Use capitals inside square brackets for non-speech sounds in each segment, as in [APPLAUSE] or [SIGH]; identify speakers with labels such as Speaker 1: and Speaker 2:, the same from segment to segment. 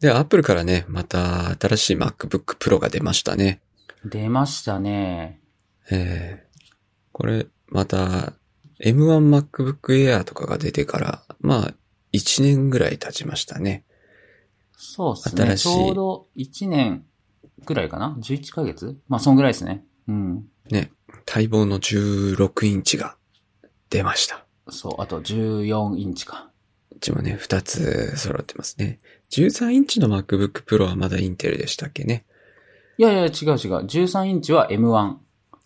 Speaker 1: で、アップルからね、また新しい MacBook Pro が出ましたね。
Speaker 2: 出ましたね。
Speaker 1: えーこれ、また、M1MacBook Air とかが出てから、まあ、1年ぐらい経ちましたね。
Speaker 2: そうですね。
Speaker 1: 新しい
Speaker 2: ちょうど1年くらいかな ?11 ヶ月まあ、そんぐらいですね。うん。
Speaker 1: ね、待望の16インチが出ました。
Speaker 2: そう、あと14インチか。
Speaker 1: うちもね、2つ揃ってますね。13インチの MacBook Pro はまだインテルでしたっけね。
Speaker 2: いやいや、違う違う。13インチは M1。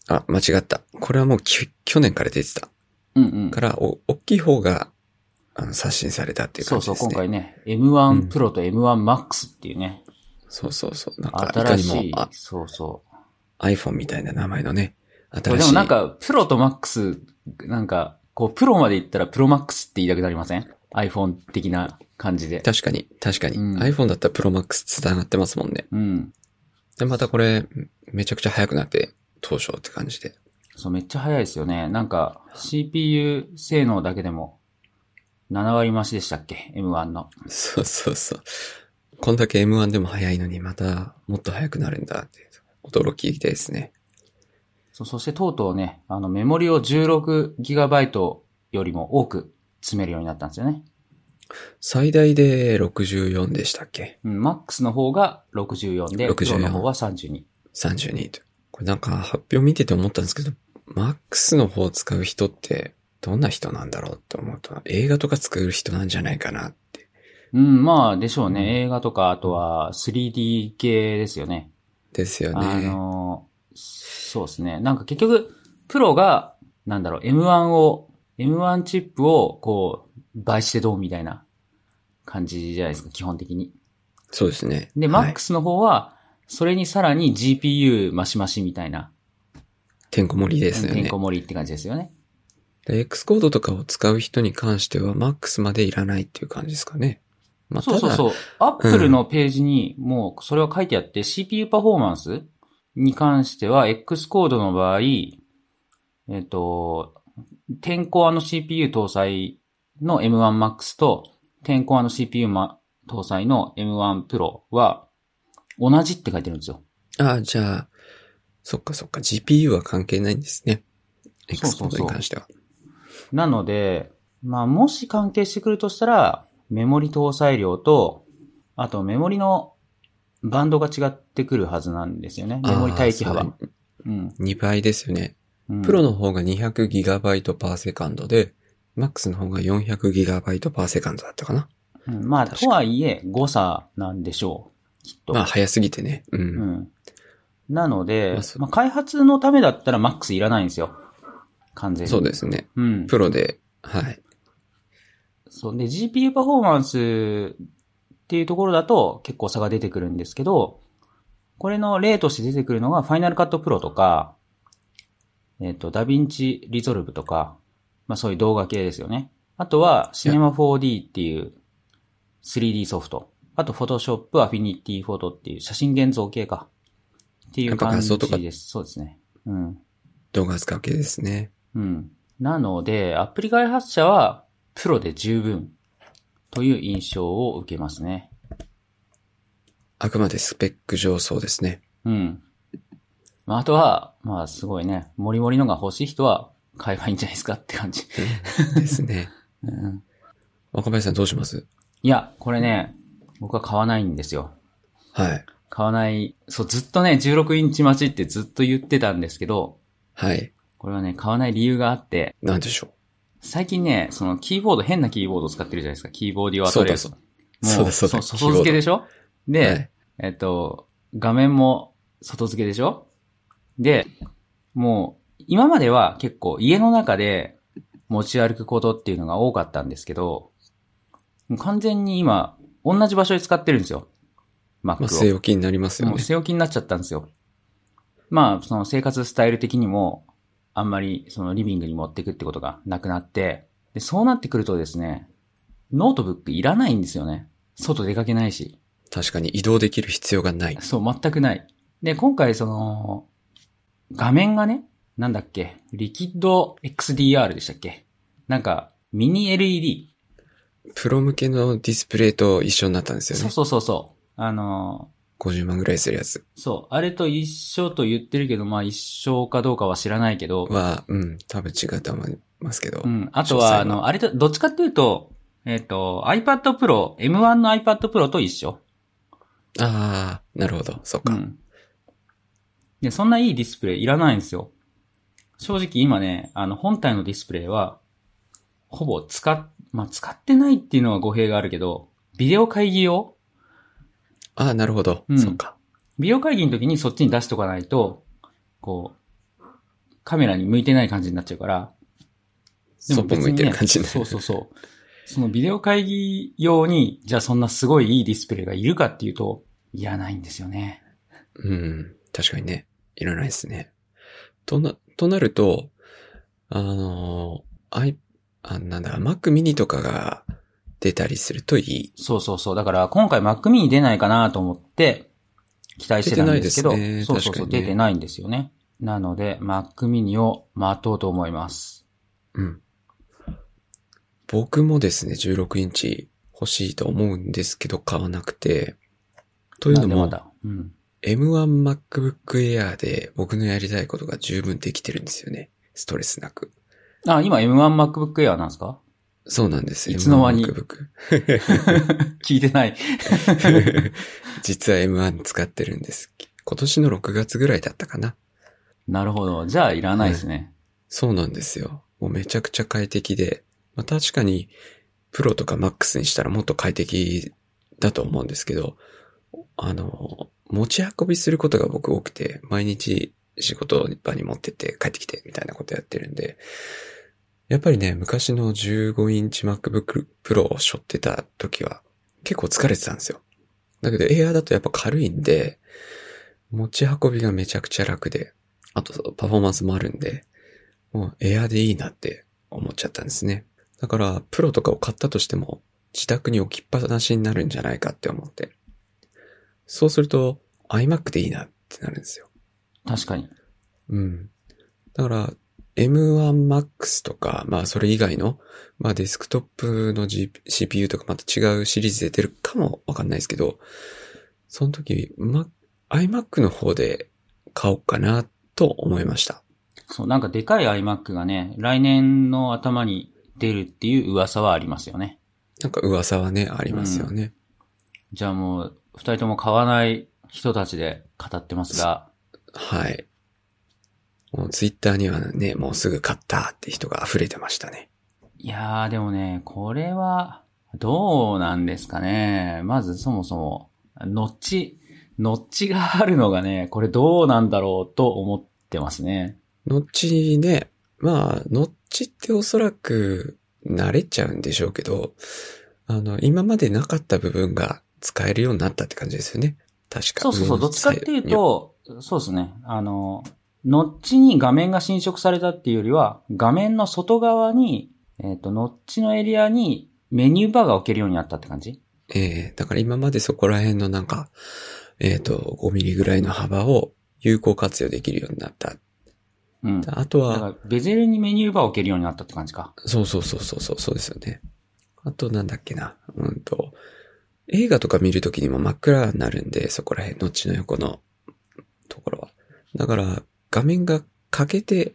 Speaker 1: あ、間違った。これはもうき去年から出てた。
Speaker 2: うんうん。
Speaker 1: から、お、大きい方が、あの、刷新されたっていう感
Speaker 2: そう
Speaker 1: じ
Speaker 2: そ
Speaker 1: で
Speaker 2: う、
Speaker 1: すね。
Speaker 2: 今回ね、
Speaker 1: うん
Speaker 2: M1 Pro と M1 Max っていうね、
Speaker 1: そうそうそう。なんか、いか
Speaker 2: 新
Speaker 1: にも
Speaker 2: しい
Speaker 1: あ、
Speaker 2: そうそう。
Speaker 1: iPhone みたいな名前のね、
Speaker 2: これ
Speaker 1: 新
Speaker 2: で
Speaker 1: しい。
Speaker 2: もなんか、プロとマックス、なんか、こう、プロまで行ったらプロマックスって言いたくなりません ?iPhone 的な感じで。
Speaker 1: 確かに、確かに。
Speaker 2: うん
Speaker 1: iPhone だったら Pro Max 繋がってますもんね。
Speaker 2: うん。
Speaker 1: で、またこれ、めちゃくちゃ速くなって、当初って感じで。
Speaker 2: そう、めっちゃ早いですよね。なんか、CPU 性能だけでも、7割増しでしたっけ ?M1 の。
Speaker 1: そうそうそう。こんだけ M1 でも速いのに、また、もっと速くなるんだっていう、驚きですね。
Speaker 2: そう、そしてとうとうね、あの、メモリを 16GB よりも多く詰めるようになったんですよね。
Speaker 1: 最大で64でしたっけ
Speaker 2: うん、マックスの方が64で、
Speaker 1: 64
Speaker 2: プロの方は32。
Speaker 1: ?32 と。これなんか、発表見てて思ったんですけど、MAX の方を使う人って、どんな人なんだろうって思うと、映画とか作る人なんじゃないかなって。
Speaker 2: うん、まあ、でしょうね。映画とか、あとは 3D 系ですよね。
Speaker 1: ですよ
Speaker 2: あ
Speaker 1: ね。
Speaker 2: の、そうですね。なんか結局、プロが、なんだろう、M1 を、M1 チップを、こう、倍してどうみたいな感じじゃないですか、基本的に。
Speaker 1: そうですね。
Speaker 2: で、
Speaker 1: はい
Speaker 2: MAX の方は、それにさらに GPU 増し増しみたいな、
Speaker 1: てんこ盛りですよ
Speaker 2: てん
Speaker 1: ね
Speaker 2: こ。盛りって感じですよね。
Speaker 1: で X コードとかを使う人に関しては、MAX までいらないっていう感じですかね。まあ、
Speaker 2: そうそう
Speaker 1: ただ
Speaker 2: そう。Apple のページにもうそれは書いてあって、CPU パフォーマンスに関しては、X コードの場合、えっ、と、10コアの CPU 搭載の M1max と、10コアの CPU ま搭載の M1 Pro は、同じって書いてるんですよ。
Speaker 1: ああ、じゃあ、そっかそっか、GPU は関係ないんですね。
Speaker 2: そうそう
Speaker 1: X
Speaker 2: そ
Speaker 1: コ
Speaker 2: う
Speaker 1: ードに関しては。
Speaker 2: なので、まあ、もし関係してくるとしたら、メモリ搭載量と、あとメモリのバンドが違ってくるはずなんですよね。メモリ待機
Speaker 1: あ
Speaker 2: 幅
Speaker 1: ー。。そうだ
Speaker 2: うん。
Speaker 1: 2倍ですよね。
Speaker 2: うん
Speaker 1: プロの方が 200GB パーセカンドで、MAX の方が 400GB パーセカンドだったかな。
Speaker 2: うんまあ、
Speaker 1: 確か
Speaker 2: とはいえ、誤差なんでしょう。きっと。
Speaker 1: まあ、早すぎてね。うん。
Speaker 2: うん。なので
Speaker 1: まあ、そう
Speaker 2: まあ、開発のためだったら MAX いらないんですよ。完全に。
Speaker 1: そうですね。
Speaker 2: うん。
Speaker 1: プロで、はい。
Speaker 2: そう。で、GPU パフォーマンスっていうところだと結構差が出てくるんですけど、これの例として出てくるのが、ファイナルカットプロとか、えっ、と、ダヴィンチリゾルブとか、まあそういう動画系ですよね。あとは、シネマ 4D っていう 3D ソフト。あと、フォトショップ、アフィニティフォトっていう写真現像系か。っていう感
Speaker 1: や
Speaker 2: じ
Speaker 1: っぱ画像と
Speaker 2: です。そうですね。うん。
Speaker 1: 動画使う系ですね。
Speaker 2: うん。なので、アプリ開発者はプロで十分という印象を受けますね。
Speaker 1: あくまでスペック上そうですね。
Speaker 2: うん。まあ、あとは、まあすごいね、モリモリのが欲しい人は買えばいいんじゃないですかって感じ。
Speaker 1: ですね。
Speaker 2: うん、
Speaker 1: 若林さんどうします
Speaker 2: いや、これね、僕は買わないんですよ。
Speaker 1: はい。
Speaker 2: 買わない、そう、ずっとね、16インチ待ちってずっと言ってたんですけど、
Speaker 1: はい。
Speaker 2: これはね、買わない理由があって、
Speaker 1: なんでしょ
Speaker 2: 最近ね、そのキーボード、変なキーボードを使ってるじゃないですか。キーボーディ
Speaker 1: う。
Speaker 2: は
Speaker 1: そ
Speaker 2: と
Speaker 1: う
Speaker 2: り
Speaker 1: だ
Speaker 2: あえ
Speaker 1: そ
Speaker 2: ず
Speaker 1: うだ。そ
Speaker 2: も
Speaker 1: う
Speaker 2: う、
Speaker 1: だそ
Speaker 2: そ
Speaker 1: だ
Speaker 2: うう外付けでしょで、
Speaker 1: はい
Speaker 2: えっと、画面も外付けでしょで、もう、今までは結構家の中で持ち歩くことっていうのが多かったんですけど、もう完全に今、同じ場所で使ってるんですよ。Mac
Speaker 1: ま
Speaker 2: を。
Speaker 1: あ、据え置きになりますよ
Speaker 2: もう
Speaker 1: ね。
Speaker 2: 背置きになっちゃったんですよ。まあ、その生活スタイル的にも、あんまりそのリビングに持ってくってことがなくなって、で、そうなってくるとですね、ノートブックいらないんですよね。外出かけないし。
Speaker 1: 確かに移動できる必要がない。
Speaker 2: そう、全くない。で、今回その、画面がね、なんだっけ、リキッド XDR でしたっけなんか、ミニ LED。
Speaker 1: プロ向けのディスプレイと一緒になったんですよ
Speaker 2: そう
Speaker 1: ね。
Speaker 2: そうそうそう。あの、
Speaker 1: 50万ぐらいするやつ
Speaker 2: そう、あれと一緒と言ってるけど、まあ一緒かどうかは知らないけど、
Speaker 1: は、うん、多分違うと思いますけど。
Speaker 2: うん。あと
Speaker 1: 詳細
Speaker 2: は、
Speaker 1: は
Speaker 2: あの、あれと、どっちかっていうと、えっ、と、iPad Pro、M1 の iPad Pro と一緒。
Speaker 1: ああ、なるほど、そっ
Speaker 2: う
Speaker 1: か。
Speaker 2: ん。で、そんないいディスプレイいらないんですよ。正直今ね、あの、本体のディスプレイは、ほぼ使っ、まあ、使ってないっていうのは語弊があるけど、ビデオ会議用
Speaker 1: ああ、なるほど、
Speaker 2: うん
Speaker 1: そっか。
Speaker 2: ビデオ会議の時にそっちに出しとかないと、こう、カメラに向いてない感じになっちゃうから、で
Speaker 1: そっぽ向いてる感じになる。
Speaker 2: そうそうそう。そのビデオ会議用に、じゃあそんなすごいいいディスプレイがいるかっていうと、いらないんですよね。
Speaker 1: うん、確かにね、いらないですね。とな、となると、あの、i、あ、なんだ、Mac mini とかが出たりするといい。
Speaker 2: そうそうそう。だから今回 Mac mini 出ないかなと思って、期待してたんですけど、
Speaker 1: 出てないですね
Speaker 2: そうそうそう、
Speaker 1: 確かにね
Speaker 2: 出てないんですよね。なので、Mac mini を待とうと思います。
Speaker 1: うん。僕もですね、16インチ欲しいと思うんですけど、買わなくて。という
Speaker 2: な
Speaker 1: の
Speaker 2: んでま
Speaker 1: も、
Speaker 2: だ。うん。
Speaker 1: M1MacBook Air で僕のやりたいことが十分できてるんですよね。ストレスなく。
Speaker 2: あ、今 M1 MacBook Air なんですか
Speaker 1: [LAUGHS] そうなんです。
Speaker 2: いつの間に
Speaker 1: M1MacBook
Speaker 2: 聞いてない。 [LAUGHS]
Speaker 1: 実は M1 使ってるんです。今年の6月ぐらいだったかな。
Speaker 2: なるほど。じゃあいらないですね。
Speaker 1: そうなんですよ。もうめちゃくちゃ快適で、まあ確かに、プロとかマックスにしたらもっと快適だと思うんですけど、あの、持ち運びすることが僕多くて、毎日仕事場に持ってって帰ってきてみたいなことやってるんで、やっぱりね、昔の15インチ MacBook Pro を背負ってた時は結構疲れてたんですよ。だけど Air だとやっぱ軽いんで、持ち運びがめちゃくちゃ楽で、あとそうパフォーマンスもあるんで、もうエアでいいなって思っちゃったんですね。だから、プロとかを買ったとしても、自宅に置きっぱなしになるんじゃないかって思って。そうすると、iMac でいいなってなるんですよ。
Speaker 2: 確かに。
Speaker 1: うん。だから、M1MAX とか、まあそれ以外の、まあデスクトップの、G、CPU とかまた違うシリーズで出るかもわかんないですけど、その時、ま、iMac の方で買おうかなと思いました。
Speaker 2: そう、なんかでかい iMac がね、来年の頭に出るっていう噂はありますよね。
Speaker 1: なんか噂はね、ありますよね。
Speaker 2: じゃあもう、二人とも買わない人たちで語ってますが、
Speaker 1: はい。もうツイッターにはね、もうすぐ買ったって人が溢れてましたね。
Speaker 2: いやーでもね、これは、どうなんですかね。まずそもそも、ノッチ、ノッチがあるのがね、これどうなんだろうと思ってますね。
Speaker 1: ノッチね、まあ、ノッチっておそらく慣れちゃうんでしょうけど、あの、今までなかった部分が使えるようになったって感じですよね。確か
Speaker 2: そうそうそう、どっちかっていう、と、そうですね。あの、ノッチに画面が侵食されたっていうよりは、画面の外側に、えっ、と、ノッチのエリアにメニューバーが置けるようになったって感じ
Speaker 1: えーだから今までそこら辺のなんか、えっ、と、5ミリぐらいの幅を有効活用できるようになった。
Speaker 2: うん。だ
Speaker 1: あとは、
Speaker 2: から、ベゼルにメニューバーを置けるようになったって感じか。
Speaker 1: そうそうそうそうそう、そうですよね。あとなんだっけな。うんと、映画とか見るときにも真っ暗になるんで、そこら辺、のちの横のところは。だから、画面が欠けて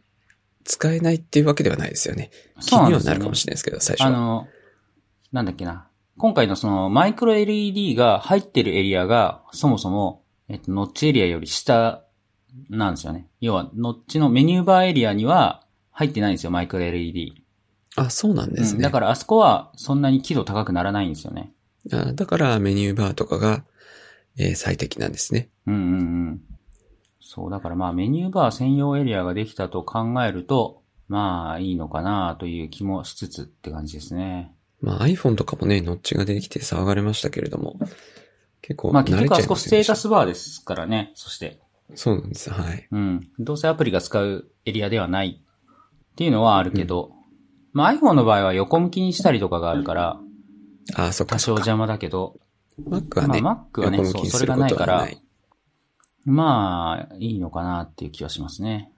Speaker 1: 使えないっていうわけではないですよね。気
Speaker 2: そうなん
Speaker 1: には
Speaker 2: です
Speaker 1: な
Speaker 2: よ、
Speaker 1: るか
Speaker 2: ね
Speaker 1: も。しれないですけど、最
Speaker 2: あ
Speaker 1: 初は。
Speaker 2: の、なんだっけな。今回のそのマイクロ LED が入ってるエリアが、そもそも、えっと、ノッチエリアより下なんですよね。要は、ノッチのメニューバーエリアには入ってないんですよ、マイクロ LED。
Speaker 1: あ、そうなんですね。
Speaker 2: うんだからあそこはそんなに輝度高くならないんですよね。
Speaker 1: あだからメニューバーとかが、えー最適なんですね。
Speaker 2: うんうんうん。そう、だからまあメニューバー専用エリアができたと考えると、まあいいのかなという気もしつつって感じですね。
Speaker 1: まあ iPhone とかもね、ノッチが出てきて騒がれましたけれども、結構
Speaker 2: まあ
Speaker 1: 慣
Speaker 2: 結
Speaker 1: れち
Speaker 2: 局
Speaker 1: ゃ
Speaker 2: あ
Speaker 1: い
Speaker 2: そこ
Speaker 1: ま
Speaker 2: ス
Speaker 1: せんで
Speaker 2: テー
Speaker 1: した
Speaker 2: タスバーですからね、そして。
Speaker 1: そうなんです。はい。
Speaker 2: うん。どうせアプリが使うエリアではないっていうのはあるけど、まあ iPhone の場合は横向きにしたりとかがあるから、
Speaker 1: あ、そっ
Speaker 2: 多
Speaker 1: か
Speaker 2: 少
Speaker 1: そっか。
Speaker 2: 邪魔だけど、
Speaker 1: Mac はね、
Speaker 2: まあ Mac はね
Speaker 1: 横向きに
Speaker 2: そう
Speaker 1: すること
Speaker 2: それがないから
Speaker 1: は
Speaker 2: まあいいのかなっていう気はしますね。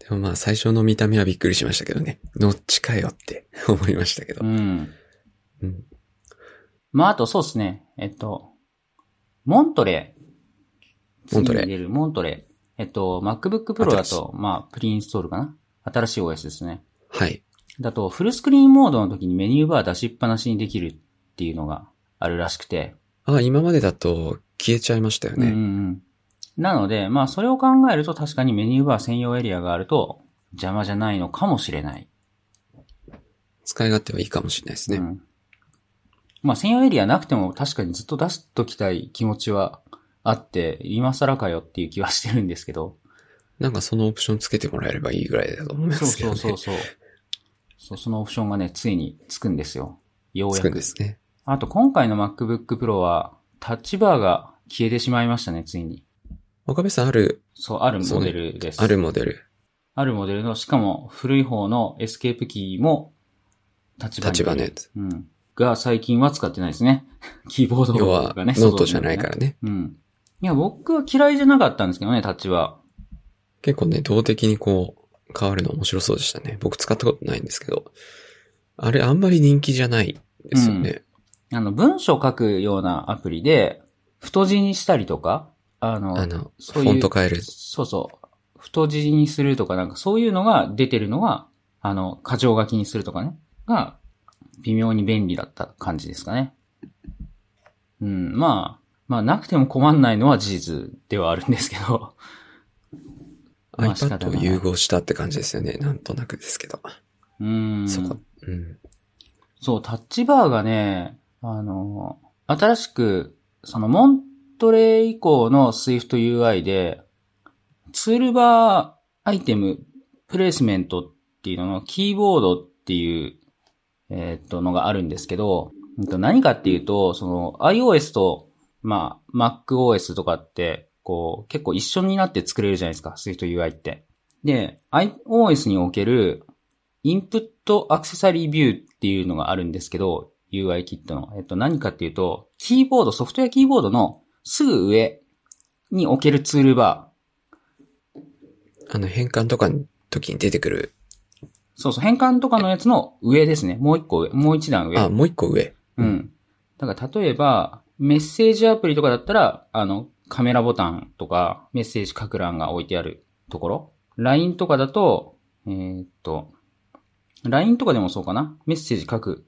Speaker 1: でもまあ最初の見た目はびっくりしましたけどね。ノッチかよって [LAUGHS] 思いましたけど
Speaker 2: う。ん。
Speaker 1: うん
Speaker 2: まあ、あとそうですね。えっと、モントレー。
Speaker 1: モントレー
Speaker 2: 次に出るモントレー。えっと、MacBook Pro
Speaker 1: 新
Speaker 2: だ
Speaker 1: しい
Speaker 2: と、まあ、プリインストールかな新しい OS ですね。
Speaker 1: はい。
Speaker 2: だと、フルスクリーンモードの時にメニューバー出しっぱなしにできるっていうのがあるらしくて。
Speaker 1: あ、今までだと消えちゃいましたよ
Speaker 2: うんうんう
Speaker 1: ね。
Speaker 2: ん。なので、まあ、それを考えると確かにメニューバー専用エリアがあると邪魔じゃないのかもしれない。
Speaker 1: 使い勝手はいいかもしれないです
Speaker 2: う
Speaker 1: ね。
Speaker 2: ん。まあ、専用エリアなくても確かにずっと出しときたい気持ちはあって、今更かよっていう気はしてるんですけど。
Speaker 1: なんかそのオプションつけてもらえればいいぐらいだと思いま
Speaker 2: そう
Speaker 1: すけ
Speaker 2: そ
Speaker 1: どね。
Speaker 2: うそうそう。そう、そのオプションがね、ついにつくんですよ。よう
Speaker 1: つ
Speaker 2: や
Speaker 1: く
Speaker 2: く。
Speaker 1: んですね。
Speaker 2: あと、今回の MacBook Pro は、タッチバーが消えてしまいましたね、ついに。
Speaker 1: 岡部さんある、
Speaker 2: そう、ある
Speaker 1: そう
Speaker 2: モ
Speaker 1: ね
Speaker 2: デルです。
Speaker 1: あるモデル、
Speaker 2: あるモデルの、しかも古い方のエスケープキーも、立場
Speaker 1: 立場のやつ。
Speaker 2: うん。が最近は使ってないですね。 [LAUGHS] キーボード
Speaker 1: 要はノ
Speaker 2: がね、。
Speaker 1: ートじゃないかららね。
Speaker 2: うん。いや、僕は嫌いじゃなかったんですけどね、タッチは。
Speaker 1: 結構ね、動的にこう、変わるの面白そうでしたね。僕使ったことないんですけど。あれ、あんまり人気じゃないですよね。
Speaker 2: あの、文章書くようなアプリで、太字にしたりとか、あの、
Speaker 1: あの、フ
Speaker 2: そういう
Speaker 1: ォント変える。
Speaker 2: そうそう、太字にするとかなんか、そういうのが出てるのが、あの、過剰書きにするとかね、が、微妙に便利だった感じですかね。うん、まあ、まあ、なくても困んないのは事実ではあるんですけど。まあ仕方
Speaker 1: iPad を
Speaker 2: ない
Speaker 1: 融合したって感じですよね。なんとなくですけど。
Speaker 2: うん。
Speaker 1: そこ。うん。
Speaker 2: そう、タッチバーがね、あの、新しく、そのモントレー以降の Swift UI で、ツールバーアイテム、プレイスメントっていうののキーボードっていう、えーっと、のがあるんですけど、うんと何かっていうと、その iOS と、まあ、MacOS とかって、こう、結構一緒になって作れるじゃないですか、Swift UI って。で、iOS における、インプットアクセサリービューっていうのがあるんですけど、UI キットの。えっと、何かっていうと、キーボード、ソフトウェアキーボードのすぐ上に置けるツールバ
Speaker 1: あの、変換とかの時に出てくる。
Speaker 2: ー。そうそう、変換とかのやつの上ですね。もう一個上。もう一段上。
Speaker 1: あ、もう一個上。
Speaker 2: うん。だから例えば、メッセージアプリとかだったら、あの、カメラボタンとか、メッセージ書く欄が置いてあるところ。LINE とかだと、えーっと、LINE とかでもそうかなメッセージ書く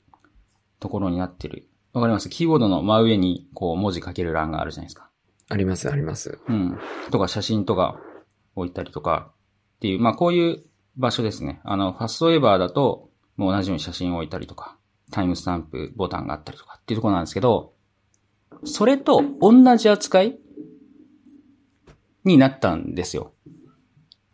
Speaker 2: ところになってる。わかりますキーボードの真上に、こう、文字書ける欄があるじゃないですか。
Speaker 1: あります、あります。
Speaker 2: うん。とか写真とか置いたりとかっていう、まあこういう場所ですね。あの、ファストエバーだと、もう同じように写真を置いたりとか、タイムスタンプボタンがあったりとかっていうところなんですけど、それと同じ扱いになったんですよ。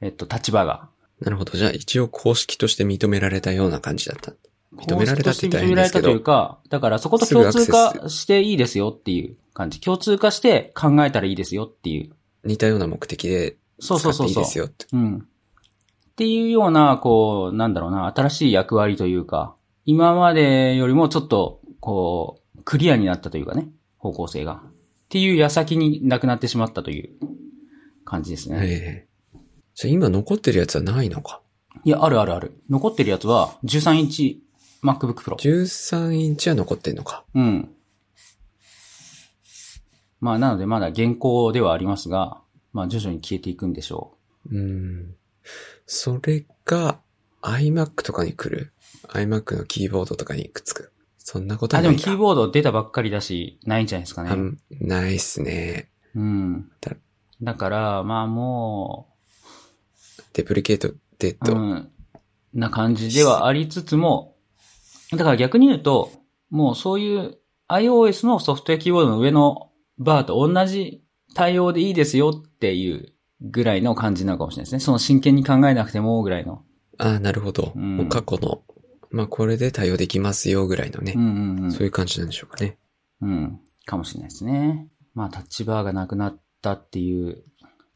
Speaker 2: えっと、立場が。
Speaker 1: なるほど。じゃあ、一応公式として認められたような感じだった。認められたって言ったら
Speaker 2: 認
Speaker 1: 変で
Speaker 2: められ
Speaker 1: すけ
Speaker 2: たという
Speaker 1: ど。
Speaker 2: か、だからそこと共通化していいですよっていう感じ。共通化して考えたらいいですよっていう
Speaker 1: 似たような目的で
Speaker 2: そう
Speaker 1: 使
Speaker 2: そう
Speaker 1: って
Speaker 2: そう
Speaker 1: いい
Speaker 2: そ
Speaker 1: で
Speaker 2: う。
Speaker 1: すよって。
Speaker 2: うん。っていうような、こう、なんだろうな、新しい役割というか、今までよりもちょっと、こう、クリアになったというかね、方向性が。っていう矢先になくなってしまったという感じですね。
Speaker 1: ええじゃあ、今残ってるやつはないのか。
Speaker 2: いや、あるあるある。残ってるやつは、13インチ MacBook Pro。
Speaker 1: 13インチは残ってんのか。
Speaker 2: うん。まあ、なのでまだ現行ではありますが、まあ、徐々に消えていくんでしょ
Speaker 1: うん。それが、iMac とかに来る。iMac のキーボードとかにくっつく。そんなこ
Speaker 2: う。
Speaker 1: と
Speaker 2: あ、
Speaker 1: は
Speaker 2: で
Speaker 1: な
Speaker 2: も
Speaker 1: い
Speaker 2: キ
Speaker 1: か。
Speaker 2: ーボード出たばっかりだし、ないんじゃないですかね。
Speaker 1: あんないっすね。
Speaker 2: うん
Speaker 1: だ。
Speaker 2: だから、まあも
Speaker 1: デプリケートデッ
Speaker 2: う、
Speaker 1: ド。
Speaker 2: うん、な感じではありつつも、だから逆に言うと、もうそういう iOS のソフトウェアキーボードの上のバーと同じ対応でいいですよっていうぐらいの感じなのかもしれないですね。その真剣に考えなくてもぐらいの。
Speaker 1: ああ、なるほど。
Speaker 2: うん
Speaker 1: もう過去の、まあこれで対応できますよぐらいのね
Speaker 2: う。んうんうん。
Speaker 1: そういう感じなんでしょうかね。
Speaker 2: うん。かもしれないですね。まあ、タッチバーがなくなったっていう、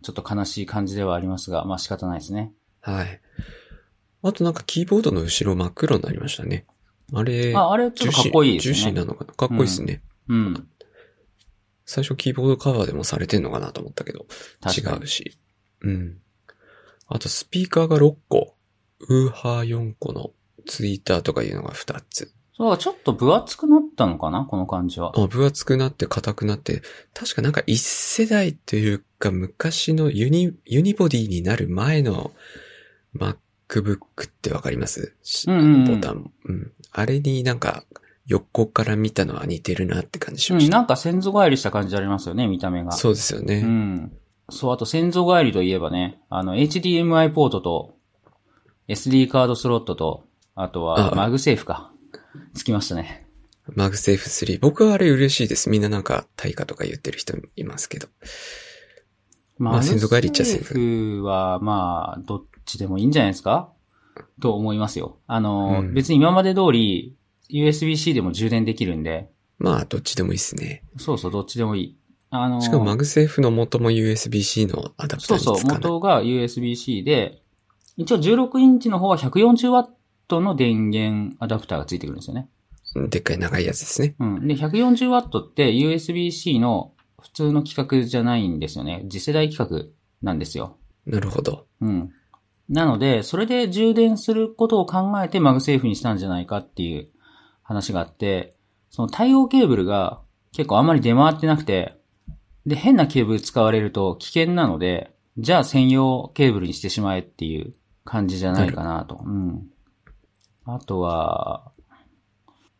Speaker 2: ちょっと悲しい感じではありますが、まあ仕方ないですね。
Speaker 1: はい。あとなんかキーボードの後ろ真っ黒になりましたね。あれ、
Speaker 2: あ、あれちょっとかっこいいです
Speaker 1: 樹脂
Speaker 2: ね。
Speaker 1: 樹脂なのかなかっこいいですね。
Speaker 2: うん。
Speaker 1: 最初キーボードカバーでもされてんのかなと思ったけど、違
Speaker 2: 確かに
Speaker 1: うし。うん。あとスピーカーが6個、ウーハー4個のツイッターとかいうのが2つ。
Speaker 2: そう、ちょっと分厚くなったのかなこの感じは。
Speaker 1: あ分厚くなって硬くなって、確かなんか一世代というか昔のユニ、ユニボディになる前の MacBook ってわかりますし
Speaker 2: うんうんうん
Speaker 1: ボタン。うん。あれになんか横から見たのは似てるなって感じし
Speaker 2: う
Speaker 1: まし
Speaker 2: ん、
Speaker 1: た。
Speaker 2: なんか先祖返りした感じありますよね、見た目が。
Speaker 1: そうですよね。
Speaker 2: うん。そう、あと先祖返りといえばね、あの、HDMI ポートと、SD カードスロットと、あとは、
Speaker 1: あ
Speaker 2: マグセーフか。つきましたね。
Speaker 1: マグセーフ3。僕はあれ嬉しいです。みんななんか対価とか言ってる人いますけど。まあ先祖返りっちゃ先祖
Speaker 2: マグセーフは、まあ、どっちでもいいんじゃないですかと思いますよ。あの、
Speaker 1: うん
Speaker 2: 別に今まで通り、USB-C でも充電できるんで、
Speaker 1: まあ、どっちでもいいですね。
Speaker 2: そうそう、どっちでもいい。あの、
Speaker 1: しかもマグセーフの元も USB-C のアダプタ
Speaker 2: そう
Speaker 1: ー
Speaker 2: そ
Speaker 1: に
Speaker 2: う、
Speaker 1: つかない。
Speaker 2: 元が USB-C で、一応16インチの方は 140W の電源アダプターがついてくるんですよね。
Speaker 1: でっかい長いやつですね。
Speaker 2: うん。で、140W って USB-C の普通の規格じゃないんですよね。次世代規格なんですよ。
Speaker 1: なるほど。
Speaker 2: うん。なので、それで充電することを考えてマグセーフにしたんじゃないかっていう話があって、その対応ケーブルが結構あんまり出回ってなくて、で、変なケーブル使われると危険なので、じゃあ専用ケーブルにしてしまえっていう感じじゃないかなと。うん。あとは、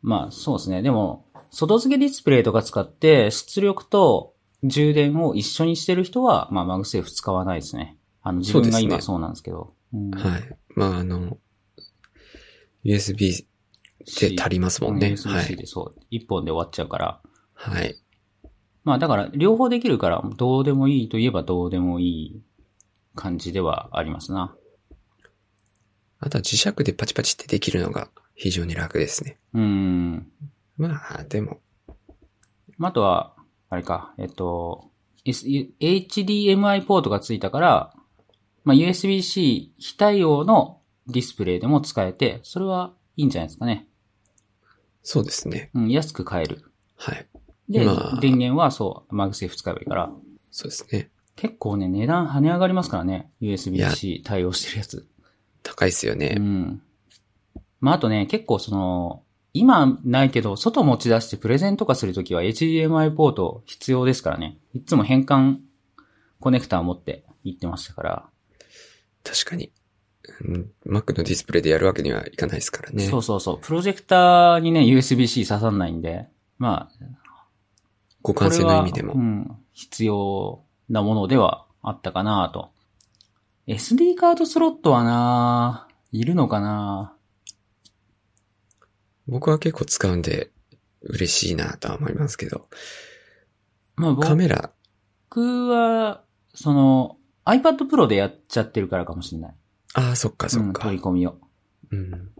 Speaker 2: まあそうですね。でも、外付けディスプレイとか使って出力と充電を一緒にしてる人は、まあマグセーフ使わないですね。あの自分が
Speaker 1: そうです
Speaker 2: 今
Speaker 1: ね
Speaker 2: そうなんですけど。うん
Speaker 1: はい。まあ、あの、USB で足りますもんね。
Speaker 2: うん
Speaker 1: は
Speaker 2: USB-C
Speaker 1: い。
Speaker 2: でそう。一本で終わっちゃうから。
Speaker 1: はい。
Speaker 2: まあだから、両方できるから、どうでもいいといえばどうでもいい感じではありますな。
Speaker 1: あとは磁石でパチパチってできるのが非常に楽ですね。
Speaker 2: うん。
Speaker 1: まあ、でも、
Speaker 2: あとは、あれか、えっと、S- HDMI ポートがついたから、まあ、USB-C 非対応のディスプレイでも使えて、それはいいんじゃないですかね。
Speaker 1: そうですね。
Speaker 2: うん、安く買える。
Speaker 1: はい。
Speaker 2: で、
Speaker 1: まあ
Speaker 2: 電源はそう、マグセーフ使えばいいから。
Speaker 1: そうですね。
Speaker 2: 結構ね、値段跳ね上がりますからね。USB-C 対応してるやつ。
Speaker 1: 高いですよね。
Speaker 2: うん。まあ、あとね、結構その、今ないけど、外持ち出してプレゼントとかするときは HDMI ポート必要ですからね。いつも変換コネクタを持って行ってましたから。
Speaker 1: 確かに。うん、Mac のディスプレイでやるわけにはいかないですからね。
Speaker 2: そうそうそう。プロジェクターにね、USB-C 刺さんないんで、まあ、
Speaker 1: 互
Speaker 2: こ
Speaker 1: 換
Speaker 2: れ
Speaker 1: 性の意
Speaker 2: は、
Speaker 1: 味でも。
Speaker 2: うん、必要なものではあったかなと。SD カードスロットはないるのかな
Speaker 1: 僕は結構使うんで、嬉しいなとは思いますけど。
Speaker 2: まあ、僕
Speaker 1: カメラ、
Speaker 2: 僕は、その、iPad Pro でやっちゃってるからかもしれない。
Speaker 1: ああ、そっかそっ
Speaker 2: うん
Speaker 1: か、
Speaker 2: 取り込みを。
Speaker 1: うん。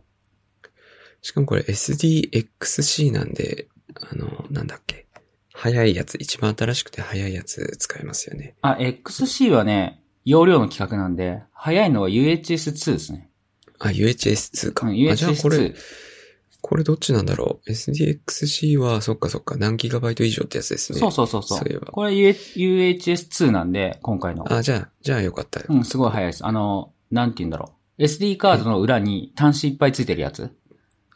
Speaker 1: しかもこれ SDXC なんで、あの、なんだっけ。早いやつ、一番新しくて早いやつ使えますよね。
Speaker 2: あ、XC はね、容量の規格なんで、早いのは UHS2 ですね。
Speaker 1: あ、UHS2 か。
Speaker 2: うん
Speaker 1: あじゃあこれ
Speaker 2: UHS2、。
Speaker 1: これどっちなんだろう。SDXC は、そっかそっか、何ギガバイト以上ってやつですね。
Speaker 2: そうそうそうそ
Speaker 1: そういえ
Speaker 2: う。
Speaker 1: ば
Speaker 2: これ UHS2 なんで、今回の。
Speaker 1: あ、じゃあ、じゃあよかったよ。
Speaker 2: うん、すごい早いです。あの、なんて言うんだろう。SD カードの裏に端子いっぱいついてるやつ。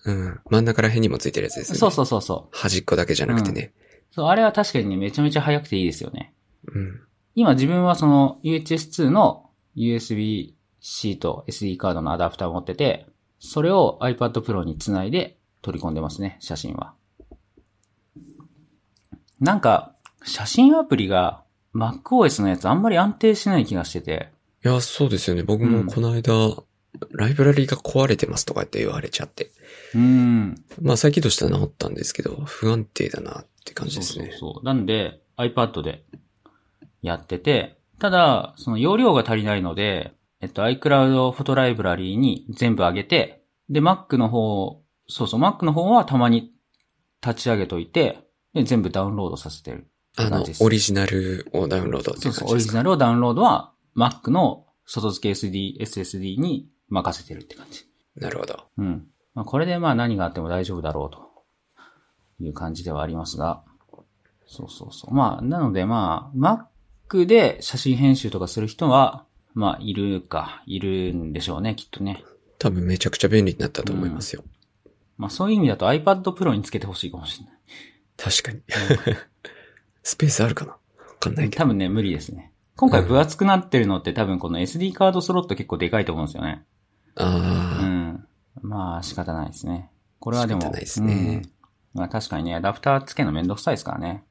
Speaker 1: うん。真ん中ら辺にもついてるやつですね。
Speaker 2: そうそうそうそう。
Speaker 1: 端っこだけじゃなくてね。
Speaker 2: そう、あれは確かにね、めちゃめちゃ早くていいですよね。
Speaker 1: うん。
Speaker 2: 今自分はその UHS2 の USB-C と SD カードのアダプターを持ってて、それを iPad Pro につないで取り込んでますね、写真は。なんか、写真アプリが MacOS のやつあんまり安定しない気がしてて、
Speaker 1: いや、そうですよね。僕
Speaker 2: う
Speaker 1: も
Speaker 2: ん
Speaker 1: この間、ライブラリが壊れてますとかって言われちゃって。
Speaker 2: うーん。
Speaker 1: まあ、再起動したら治ったんですけど、不安定だなって感じですね。
Speaker 2: そうそうそう。なんで iPad でやってて、ただ、その容量が足りないので、えっと iCloud フォトライブラリーに全部上げて、で Mac の方、そうそう、Mac の方はたまに立ち上げといて、で全部ダウンロードさせてる。
Speaker 1: あ
Speaker 2: 感
Speaker 1: の
Speaker 2: じで、す
Speaker 1: オリジナルをダウンロードって
Speaker 2: そ
Speaker 1: 感
Speaker 2: う
Speaker 1: じ
Speaker 2: そう、オ
Speaker 1: で
Speaker 2: リ
Speaker 1: す
Speaker 2: ジ
Speaker 1: か。
Speaker 2: ナルをダウンロードは Mac の外付け SD、SSD に任せてるって感じ。
Speaker 1: なるほど。
Speaker 2: うん。まあ、これでまあ何があっても大丈夫だろうという感じではありますが。そうそうそう。まあ、なのでまあ、Mac で写真編集とかする人は、まあ、いるか、いるんでしょうね、きっとね。
Speaker 1: 多分めちゃくちゃ便利になったと思いますよ。
Speaker 2: まあそういう意味だと iPad Pro につけてほしいかもしれない。
Speaker 1: 確かに。 [LAUGHS] スペースあるかなわかんないけど。
Speaker 2: 多分ね、無理ですね。今回分厚くなってるのって多分この SD カードスロット結構でかいと思うんですよね。う
Speaker 1: あ
Speaker 2: ん。まあ仕方ないですね。これはでも。
Speaker 1: 仕方ないですね
Speaker 2: うんまあ確かにね、アダプターつけるのめんどくさいですからね。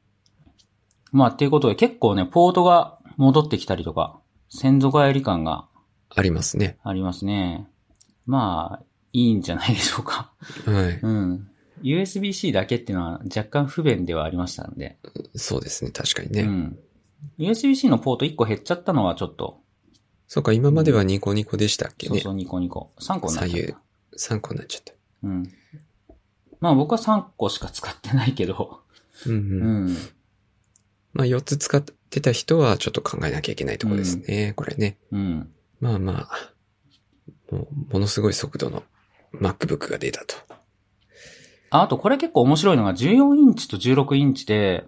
Speaker 2: まあっていうことで結構ね、ポートが戻ってきたりとか、先祖返り感が
Speaker 1: あ、ありますね。
Speaker 2: ありますね。まあ、いいんじゃないでしょうか。
Speaker 1: はい。
Speaker 2: うん。USB-C だけっていうのは若干不便ではありましたんで。
Speaker 1: そうですね。確かにね。
Speaker 2: うん。USB-C のポート1個減っちゃったのはちょっと、
Speaker 1: そうか、今まではニコニコでしたっけ
Speaker 2: そう
Speaker 1: ね。
Speaker 2: そう2個2個。3個になっちゃっ
Speaker 1: 左
Speaker 2: た。
Speaker 1: 3個になっちゃった。
Speaker 2: うん。まあ僕は3個しか使ってないけど。
Speaker 1: うん
Speaker 2: う
Speaker 1: うん。
Speaker 2: ん。
Speaker 1: まあ、4つ使ってた人はちょっと考えなきゃいけないところですね。これね。
Speaker 2: うん。
Speaker 1: まあまあ、もう、ものすごい速度の MacBook が出たと。
Speaker 2: あ、あとこれ結構面白いのが14インチと16インチで、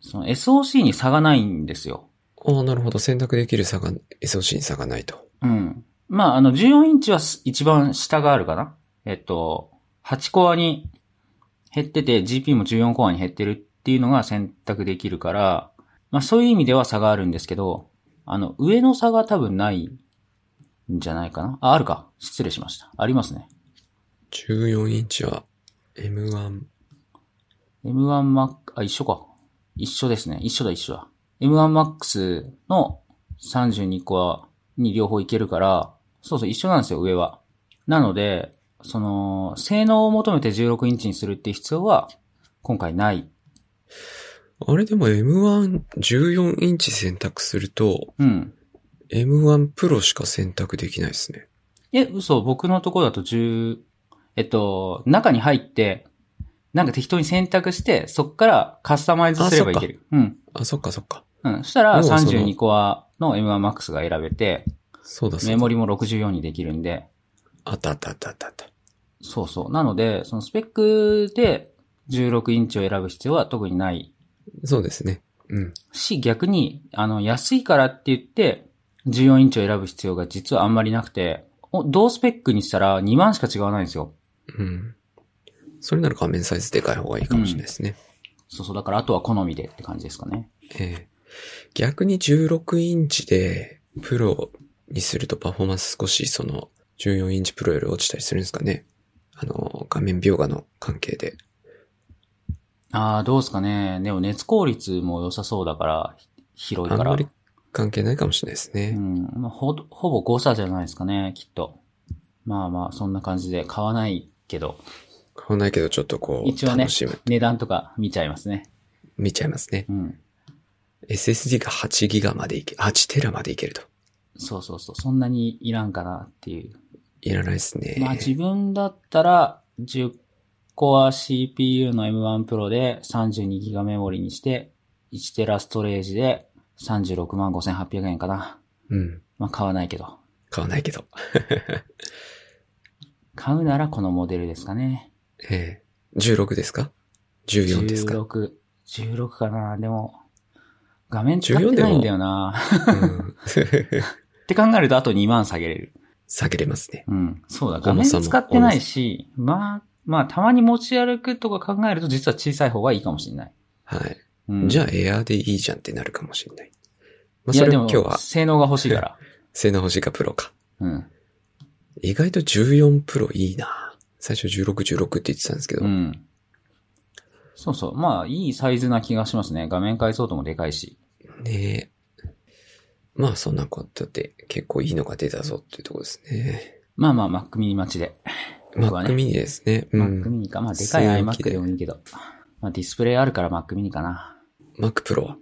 Speaker 2: その SOC に差がないんですよ。
Speaker 1: ああ、なるほど。選択できる差が、SOC に差がないと。
Speaker 2: うん。まあ、あの、14インチはす一番下があるかな。えっと、8コアに減ってて、GP も14コアに減ってるっていうのが選択できるから、まあ、そういう意味では差があるんですけど、あの、上の差が多分ないんじゃないかな。あ、あるか。失礼しました。ありますね。
Speaker 1: 14インチは M1、
Speaker 2: M1Mac、あ、一緒か。一緒ですね。一緒だ、一緒だ。M1Max の32コアに両方いけるから、そうそう、一緒なんですよ、上は。なので、その、性能を求めて16インチにするっていう必要は、今回ない。
Speaker 1: あれでも M1、14インチ選択すると、
Speaker 2: うん。
Speaker 1: M1 プロしか選択できないですね。
Speaker 2: え、嘘、僕のところだと10、えっと、中に入って、なんか適当に選択して、そっからカスタマイズすればいける。うん。
Speaker 1: あ、そっかそっか。
Speaker 2: うん。そしたら
Speaker 1: もうその
Speaker 2: 32コアの M1Max が選べて、
Speaker 1: そうだそうだ。
Speaker 2: メモリも64にできるんで、
Speaker 1: あったあったあったあったあった。
Speaker 2: そうそう。なので、そのスペックで16インチを選ぶ必要は特にない
Speaker 1: そうですね。うん。
Speaker 2: し、逆に、あの、安いからって言って、14インチを選ぶ必要が実はあんまりなくて、お同スペックにしたら2万しか違わないんですよ。
Speaker 1: うん。それなら画面サイズでかい方がいいかもしれないですね。
Speaker 2: そうそう。だから、あとは好みでって感じですかね。
Speaker 1: ええ逆に16インチでプロにするとパフォーマンス少しその14インチプロより落ちたりするんですかね。あの、画面描画の関係で。
Speaker 2: ああ、どうですかね。でも熱効率も良さそうだから、ひ広
Speaker 1: あ
Speaker 2: いか
Speaker 1: ん
Speaker 2: ら
Speaker 1: ま。り関係ないかもしれないです
Speaker 2: う
Speaker 1: ね。
Speaker 2: ん。まあ、ほ、ほぼ誤差じゃないですかね、きっと。まあまあ、そんな感じで買わないけど、
Speaker 1: 買わないけどちょっとこう、
Speaker 2: 一応ね
Speaker 1: 楽しむ。
Speaker 2: 値段とか見ちゃいますね。
Speaker 1: 見ちゃいますね。
Speaker 2: うん。
Speaker 1: SSD が8ギガまでいけ、8テラまでいけると。
Speaker 2: そうそうそう。そんなにいらんかなっていう。
Speaker 1: いらないですね。
Speaker 2: まあ自分だったら、10コア CPU の M1 Pro で 32GB メモリにして、1テラストレージで36万5800円かな。
Speaker 1: うん。
Speaker 2: まあ買わないけど。
Speaker 1: 買わないけど。 [LAUGHS]
Speaker 2: 買うならこのモデルですかね。
Speaker 1: ええ16ですか ?14 ですか、
Speaker 2: 16。16かな。でも、画面使ってないんだよな。
Speaker 1: うん、 [LAUGHS]
Speaker 2: って考えるとあと2万下げれる。
Speaker 1: 下げれますね。
Speaker 2: うん。そうだ、画
Speaker 1: 重
Speaker 2: 面
Speaker 1: さも
Speaker 2: 使ってないし、まあ、まあ、たまに持ち歩くとか考えると実は小さい方がいいかもしれない。
Speaker 1: はい。
Speaker 2: うん、
Speaker 1: じゃあ、エアーでいいじゃんってなるかもしれない。まあ、
Speaker 2: い
Speaker 1: そ
Speaker 2: や
Speaker 1: れ
Speaker 2: で
Speaker 1: は
Speaker 2: も
Speaker 1: 今日は、
Speaker 2: 性能が欲しい
Speaker 1: [LAUGHS]
Speaker 2: から。
Speaker 1: 性能欲しいかプロか。
Speaker 2: うん。
Speaker 1: 意外と14プロいいな最初16、16って言ってたんですけど、
Speaker 2: うん。そうそう。まあ、いいサイズな気がしますね。画面解像度もでかいし。
Speaker 1: ねえ。まあ、そんなことで結構いいのが出たぞっていうところですね。
Speaker 2: まあまあ、Mac mini 待ちで。僕は
Speaker 1: Mac
Speaker 2: ね。
Speaker 1: mini ですね。う
Speaker 2: Mac
Speaker 1: ん。
Speaker 2: mini か。まあ、でかい
Speaker 1: 据え置き
Speaker 2: iMac
Speaker 1: で
Speaker 2: でもいいけど。まあ、ディスプレイあるから Mac mini かな。
Speaker 1: Mac Pro は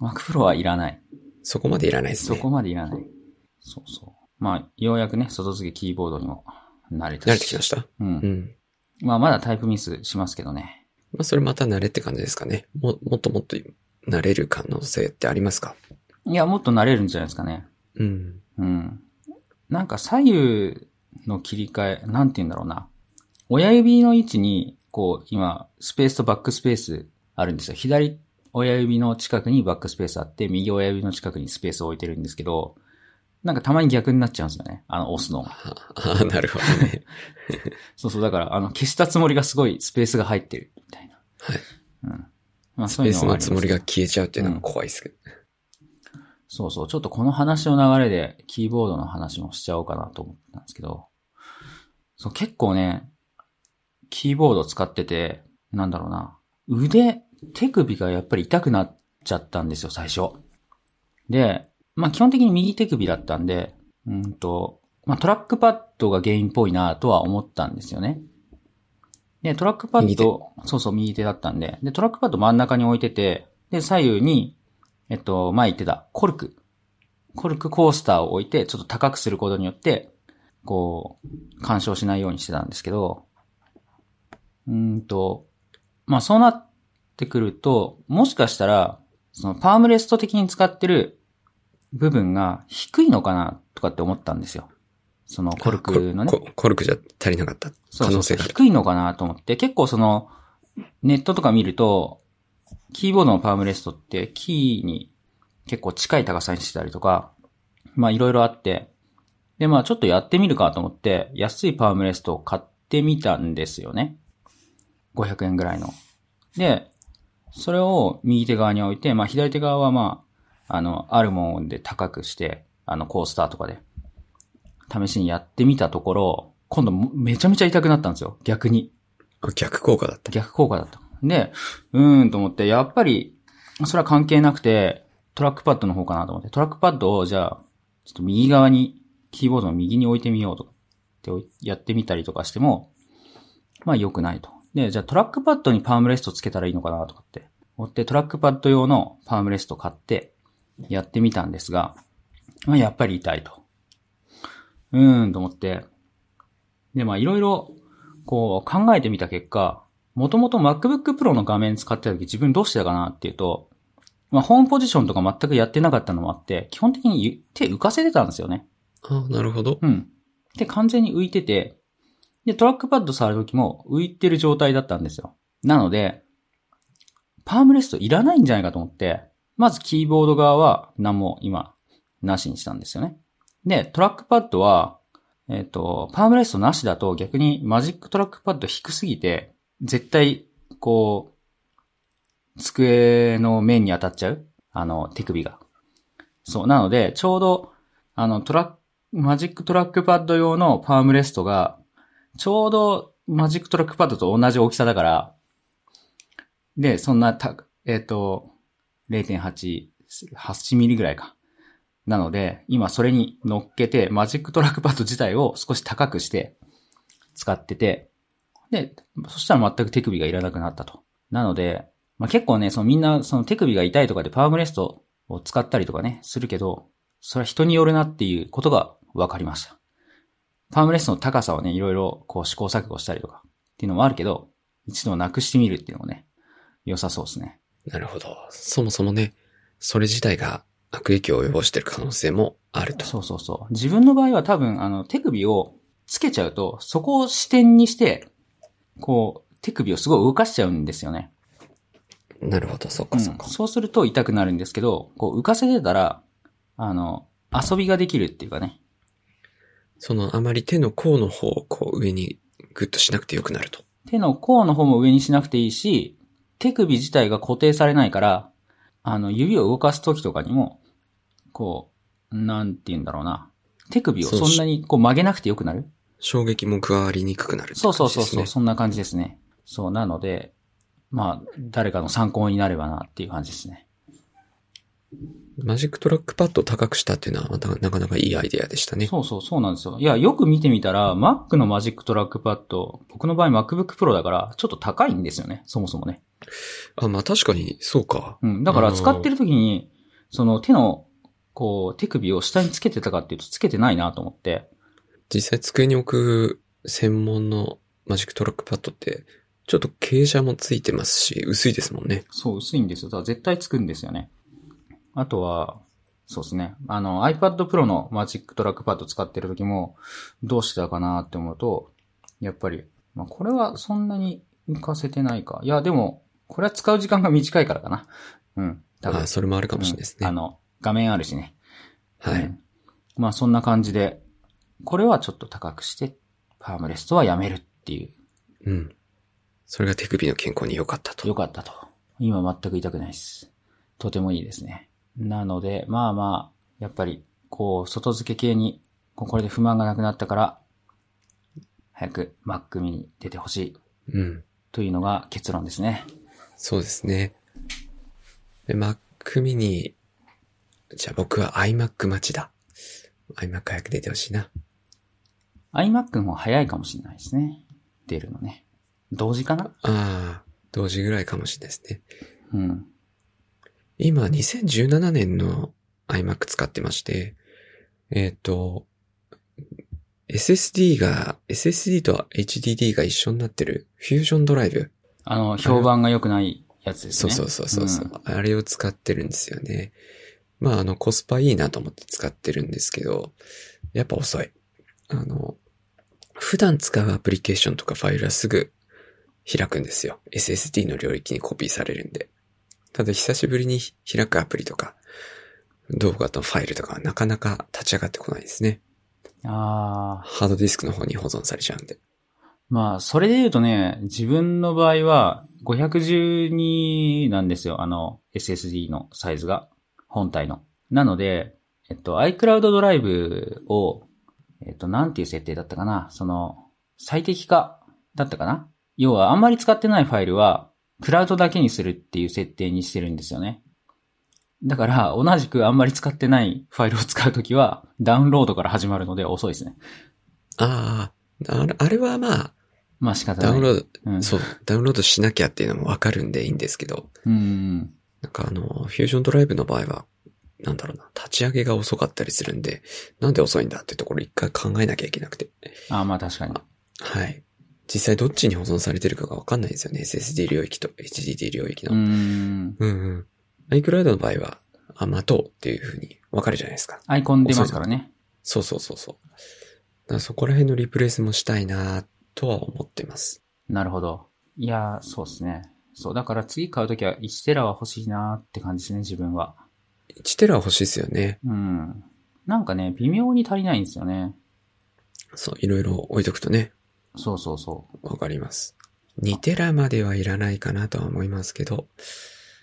Speaker 2: Mac Pro はいらない。
Speaker 1: そこまでいらないです
Speaker 2: そ
Speaker 1: ね。
Speaker 2: こまでいらない。そうそう。まあ、ようやくね、外付けキーボードにも慣れ
Speaker 1: 慣
Speaker 2: た
Speaker 1: れてきました。
Speaker 2: う。
Speaker 1: うんん。
Speaker 2: まあ、まだタイプミスしますけどね。
Speaker 1: まあ、それまた慣れって感じですかね。も、もっともっと慣れる可能性ってありますか
Speaker 2: いや、もっと慣れるんじゃないですかね。
Speaker 1: うん。
Speaker 2: うん。なんか左右の切り替え、なんて言うんだろうな。親指の位置に、こう、今、スペースとバックスペースあるんですよ。左親指の近くにバックスペースあって、右親指の近くにスペースを置いてるんですけど、なんかたまに逆になっちゃうんですよね。あの、押すのが。
Speaker 1: [LAUGHS] ああ、なるほどね。
Speaker 2: そうそう、だから、あの、消したつもりがすごいスペースが入ってる、みたいな。
Speaker 1: はい。
Speaker 2: うん。まあ、 [LAUGHS] そ
Speaker 1: ベ
Speaker 2: うい
Speaker 1: ース
Speaker 2: うのは
Speaker 1: の
Speaker 2: あります
Speaker 1: つもりが消えちゃうっていうのが怖いですけど。
Speaker 2: そうそう、ちょっとこの話の流れで、キーボードの話もしちゃおうかなと思ったんですけど、そう、結構ね、キーボード使ってて、なんだろうな、腕、手首がやっぱり痛くなっちゃったんですよ、最初。で、まあ基本的に右手首だったんで、うんと、まあトラックパッドが原因っぽいなとは思ったんですよね。で、トラックパッ
Speaker 1: 右手
Speaker 2: ド、そうそう、右手だったんで、で、トラックパッド真ん中に置いてて、で、左右に、えっと、前言ってた、コルク。コルクコースターを置いて、ちょっと高くすることによって、こう、干渉しないようにしてたんですけど、うーんと、まあそうなってくると、もしかしたら、そのパームレスト的に使ってる部分が低いのかなとかって思ったんですよ。そのコルクのね。
Speaker 1: ココルクじゃ足りなかった可能性がある。
Speaker 2: 低いのかなと思って、結構その、ネットとか見ると、キーボードのパームレストってキーに結構近い高さにしてたりとか、まあいろいろあって、でまあちょっとやってみるかと思って、安いパームレストを買ってみたんですよね。500円ぐらいの。で、それを右手側に置いて、まあ左手側はまあ、あの、あるもんで高くして、あの、コースターとかで、試しにやってみたところ、今度もめちゃめちゃ痛くなったんですよ。逆に。
Speaker 1: あ逆効果だった。
Speaker 2: 逆効果だった。で、うーんと思って、やっぱり、それは関係なくて、トラックパッドの方かなと思って、トラックパッドをじゃあ、ちょっと右側に、キーボードの右に置いてみようとかっておいやってみたりとかしても、まあ良くないと。で、じゃあトラックパッドにパームレストつけたらいいのかなとかって。追って、トラックパッド用のパームレスト買って、やってみたんですが、まあやっぱり痛いと。うーんと思って。で、まあいろいろ、こう考えてみた結果、もともと MacBook Pro の画面使ってた時自分どうしてたかなっていうと、まあホームポジションとか全くやってなかったのもあって、基本的にゆ手浮かせてたんですよね。
Speaker 1: あなるほど。
Speaker 2: うん。で、完全に浮いてて、で、トラックパッド触るときも浮いてる状態だったんですよ。なので、パームレストいらないんじゃないかと思って、まずキーボード側は何も今、なしにしたんですよね。で、トラックパッドは、えっ、と、パームレストなしだと逆にマジックトラックパッド低すぎて、絶対、こう、机の面に当たっちゃうあの、手首が。そう。なので、ちょうど、あの、トラック、マジックトラックパッド用のパームレストが、ちょうどマジックトラックパッドと同じ大きさだから、で、そんなた、えっ、と、0.8、8ミリぐらいか。なので、今それに乗っけて、マジックトラックパッド自体を少し高くして使ってて、で、そしたら全く手首がいらなくなったと。なので、まあ、結構ね、そのみんなその手首が痛いとかでパームレストを使ったりとかね、するけど、それは人によるなっていうことが分かりました。パームレストの高さをね、いろいろこう試行錯誤したりとかっていうのもあるけど、一度なくしてみるっていうのもね、良さそうですね。
Speaker 1: なるほど。そもそもね、それ自体が悪影響を及ぼしている可能性もあると。
Speaker 2: そうそうそう。自分の場合は多分、あの、手首をつけちゃうと、そこを視点にして、こう、手首をすごい動かしちゃうんですよね。
Speaker 1: なるほど、そっかそっか
Speaker 2: うん。そうすると痛くなるんですけど、こう浮かせてたら、あの、遊びができるっていうかね。
Speaker 1: そのあまり手の甲の方をこう上にグッとしなくてよくなると。
Speaker 2: 手の甲の方も上にしなくていいし、手首自体が固定されないから、あの、指を動かすときとかにも、こう、なんて言うんだろうな。手首を
Speaker 1: そう
Speaker 2: そんなにこう曲げなくてよくなる
Speaker 1: 衝撃も加わりにくくなるって感
Speaker 2: そうそう
Speaker 1: じ
Speaker 2: そ
Speaker 1: で
Speaker 2: う
Speaker 1: す
Speaker 2: そう、
Speaker 1: ね。
Speaker 2: そんな感じですね。そう、なので、まあ、誰かの参考になればなっていう感じですね。
Speaker 1: マジックトラックパッドを高くしたっていうのはまたなかなかいいアイデアでしたね。
Speaker 2: そうそう、そうなんですよ。いや、よく見てみたら、Mac のマジックトラックパッド、僕の場合 MacBook Pro だから、ちょっと高いんですよね、そもそもね。
Speaker 1: あ、まあ確かに、そうか。
Speaker 2: うん、だから
Speaker 1: あのー
Speaker 2: 使ってる時に、その手の、こう、手首を下につけてたかっていうと、つけてないなと思って。
Speaker 1: 実際机に置く専門のマジックトラックパッドって、ちょっと傾斜もついてますし、薄いですもんね。
Speaker 2: そう、薄いんですよ。だから絶対つくんですよね。あとは、そうですね。あの、iPad Pro のマジックトラックパッド使ってる時も、どうしてたかなって思うと、やっぱり、まあ、これはそんなに浮かせてないか。いや、でも、これは使う時間が短いからかな。うん。多分
Speaker 1: あ、それもあるかもしれないです
Speaker 2: うんあ
Speaker 1: ね。
Speaker 2: の、画面あるしね。
Speaker 1: は
Speaker 2: う
Speaker 1: い。
Speaker 2: んまあそんな感じで、これはちょっと高くして、パームレストはやめるっていう
Speaker 1: うん。それが手首の健康に良かったと。
Speaker 2: 良かったと。今全く痛くないです。とてもいいですね。なので、まあまあ、やっぱり、こう、外付け系に、こうこれで不満がなくなったから、早く Mac mini に出てほしい
Speaker 1: うん。
Speaker 2: というのが結論ですね。
Speaker 1: そうですね。で、Mac mini。じゃあ僕は iMac 待ちだ。iMac 早く出てほしいな。
Speaker 2: iMac の方が早いかもしれないですね。出るのね。同時かな
Speaker 1: ああ、同時ぐらいかもしれないですね。
Speaker 2: うん。
Speaker 1: 今、2017年の iMac 使ってまして、えっ、と、SSD が、SSD と HDD が一緒になってる、フュージョンドライブ。
Speaker 2: あの、評判が良くないやつで
Speaker 1: そ
Speaker 2: す
Speaker 1: う
Speaker 2: ね。
Speaker 1: そうそうそうそう、あれを使ってるんですよね。まあ、あの、コスパいいなと思って使ってるんですけど、やっぱ遅い。あの、普段使うアプリケーションとかファイルはすぐ開くんですよ。SSD の領域にコピーされるんで。ただ、久しぶりに開くアプリとか、動画とファイルとかはなかなか立ち上がってこないですね。
Speaker 2: うん。ああ。
Speaker 1: ハードディスクの方に保存されちゃうんで。
Speaker 2: まあ、それで言うとね、自分の場合は、512なんですよ。あの、SSD のサイズが。本体の。なので、えっと、iCloud ドライブを、えっと、なんていう設定だったかなその、最適化だったかな要は、あんまり使ってないファイルは、クラウドだけにするっていう設定にしてるんですよね。だから、同じくあんまり使ってないファイルを使うときは、ダウンロードから始まるので遅いですね。
Speaker 1: ああ、あれあれはまあ、
Speaker 2: まあ仕方ない。
Speaker 1: ダウンロ
Speaker 2: ー
Speaker 1: ード、
Speaker 2: ド。うん。
Speaker 1: そう、ダウンロードしなきゃっていうのもわかるんでいいんですけど、
Speaker 2: うん。
Speaker 1: なんかあの、フュージョンドライブの場合は、なんだろうな、立ち上げが遅かったりするんで、なんで遅いんだってところ一回考えなきゃいけなくて。
Speaker 2: あ、まあ確かに。
Speaker 1: はい。実際どっちに保存されてるかがわかんないんですよね。SSD 領域と HDD 領域
Speaker 2: うー
Speaker 1: の。
Speaker 2: ん。
Speaker 1: うんうん。iCloud の場合は、あ、待とうっていうふうにわかるじゃないですか。
Speaker 2: アイコン出ますからね。
Speaker 1: そうそうそうそう。だからそこら辺のリプレイスもしたいなとは思ってます。
Speaker 2: なるほど。いやー、そうですね。そう、だから次買うときは1テラは欲しいなーって感じですね、自分は。
Speaker 1: 1テラ欲しいですよね。
Speaker 2: うん。なんかね、微妙に足りないんですよね。
Speaker 1: そう、いろいろ置いとくとね、
Speaker 2: そうそうそう。
Speaker 1: わかります。2テラまではいらないかなとは思いますけど、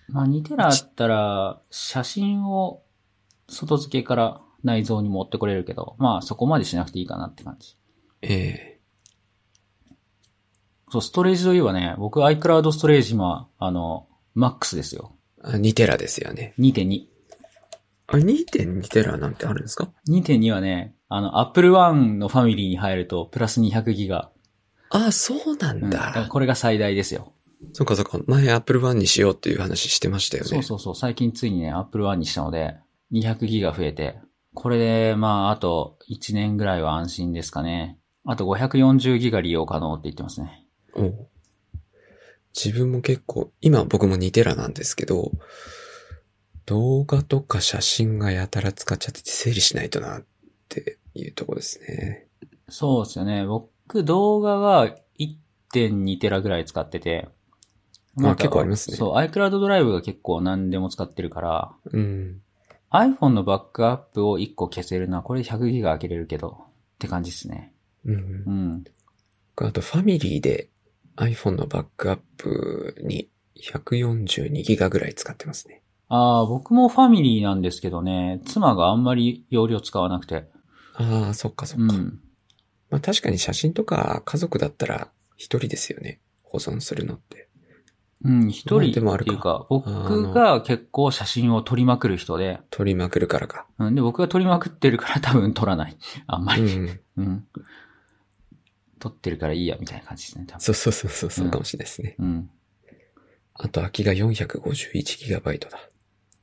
Speaker 2: まあ2テラあったら、写真を外付けから内蔵に持ってこれるけど、まあそこまでしなくていいかなって感じ。
Speaker 1: ええ
Speaker 2: そう、ストレージといえばね、僕 iCloud ストレージ今、あの、マックスですよ。
Speaker 1: あ2テラですよね。
Speaker 2: 2.2。
Speaker 1: あ、2.2テラなんてあるんですか
Speaker 2: 2.2はね、あの、Apple One のファミリーに入ると、プラス200ギガ。
Speaker 1: あ、そうな
Speaker 2: うんん、だ
Speaker 1: だ。
Speaker 2: からこれが最大ですよ。
Speaker 1: そっかそっか。前 Apple One にしようっていう話してましたよね。
Speaker 2: そうそうそう。最近ついにね、Apple One にしたので、200ギガ増えて。これで、まあ、あと1年ぐらいは安心ですかね。あと540ギガ利用可能って言ってますね。
Speaker 1: おう自分も結構、今僕も2テラなんですけど、動画とか写真がやたら使っちゃってて整理しないとなっていうとこですね。
Speaker 2: そうですよね。僕、動画は1.2テラぐらい使ってて。
Speaker 1: あ
Speaker 2: なんか
Speaker 1: 結構ありますね
Speaker 2: そう、iCloud ドライブが結構何でも使ってるから、
Speaker 1: うん。
Speaker 2: iPhone のバックアップを1個消せるな。これ100ギガ開けれるけど。って感じですね。
Speaker 1: うん
Speaker 2: う。ん。
Speaker 1: あとファミリーで iPhone のバックアップに142ギガぐらい使ってますね。
Speaker 2: ああ、僕もファミリーなんですけどね。妻があんまり容量使わなくて。
Speaker 1: ああ、そっかそっ
Speaker 2: う
Speaker 1: か。
Speaker 2: ん。
Speaker 1: まあ確かに写真とか家族だったら一人ですよね。保存するのって。
Speaker 2: うん、一人
Speaker 1: まあ
Speaker 2: っ
Speaker 1: でもある
Speaker 2: ていうか、
Speaker 1: あの
Speaker 2: 僕が結構写真を撮りまくる人で、
Speaker 1: 撮りまくるからか。
Speaker 2: うん、で、僕が撮りまくってるから多分撮らない。あんま
Speaker 1: う
Speaker 2: り。
Speaker 1: ん。
Speaker 2: うん。撮ってるからいいや、みたいな感じですね、多分。
Speaker 1: そうそうそうそう、そうかもしれないですね。
Speaker 2: うん。
Speaker 1: あと空きが451ギガバイトだ。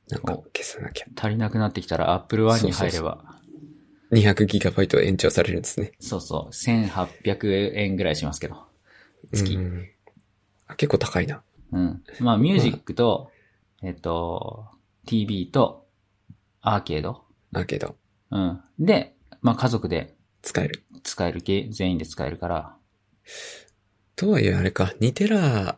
Speaker 1: なんか消さなきゃ。
Speaker 2: 足りなくなってきたら Apple One に入れば。
Speaker 1: 200ギガバイト延長されるんですね。
Speaker 2: そうそう1800円ぐらいしますけど。月
Speaker 1: うんあ結構高いな。
Speaker 2: うん。まあ、ミュージックと、えっと、TV と、アーケード。
Speaker 1: だけど、
Speaker 2: うん。で、まあ、家族で
Speaker 1: 使える。
Speaker 2: 使える系、全員で使えるから。
Speaker 1: とはいえあれか、2テラ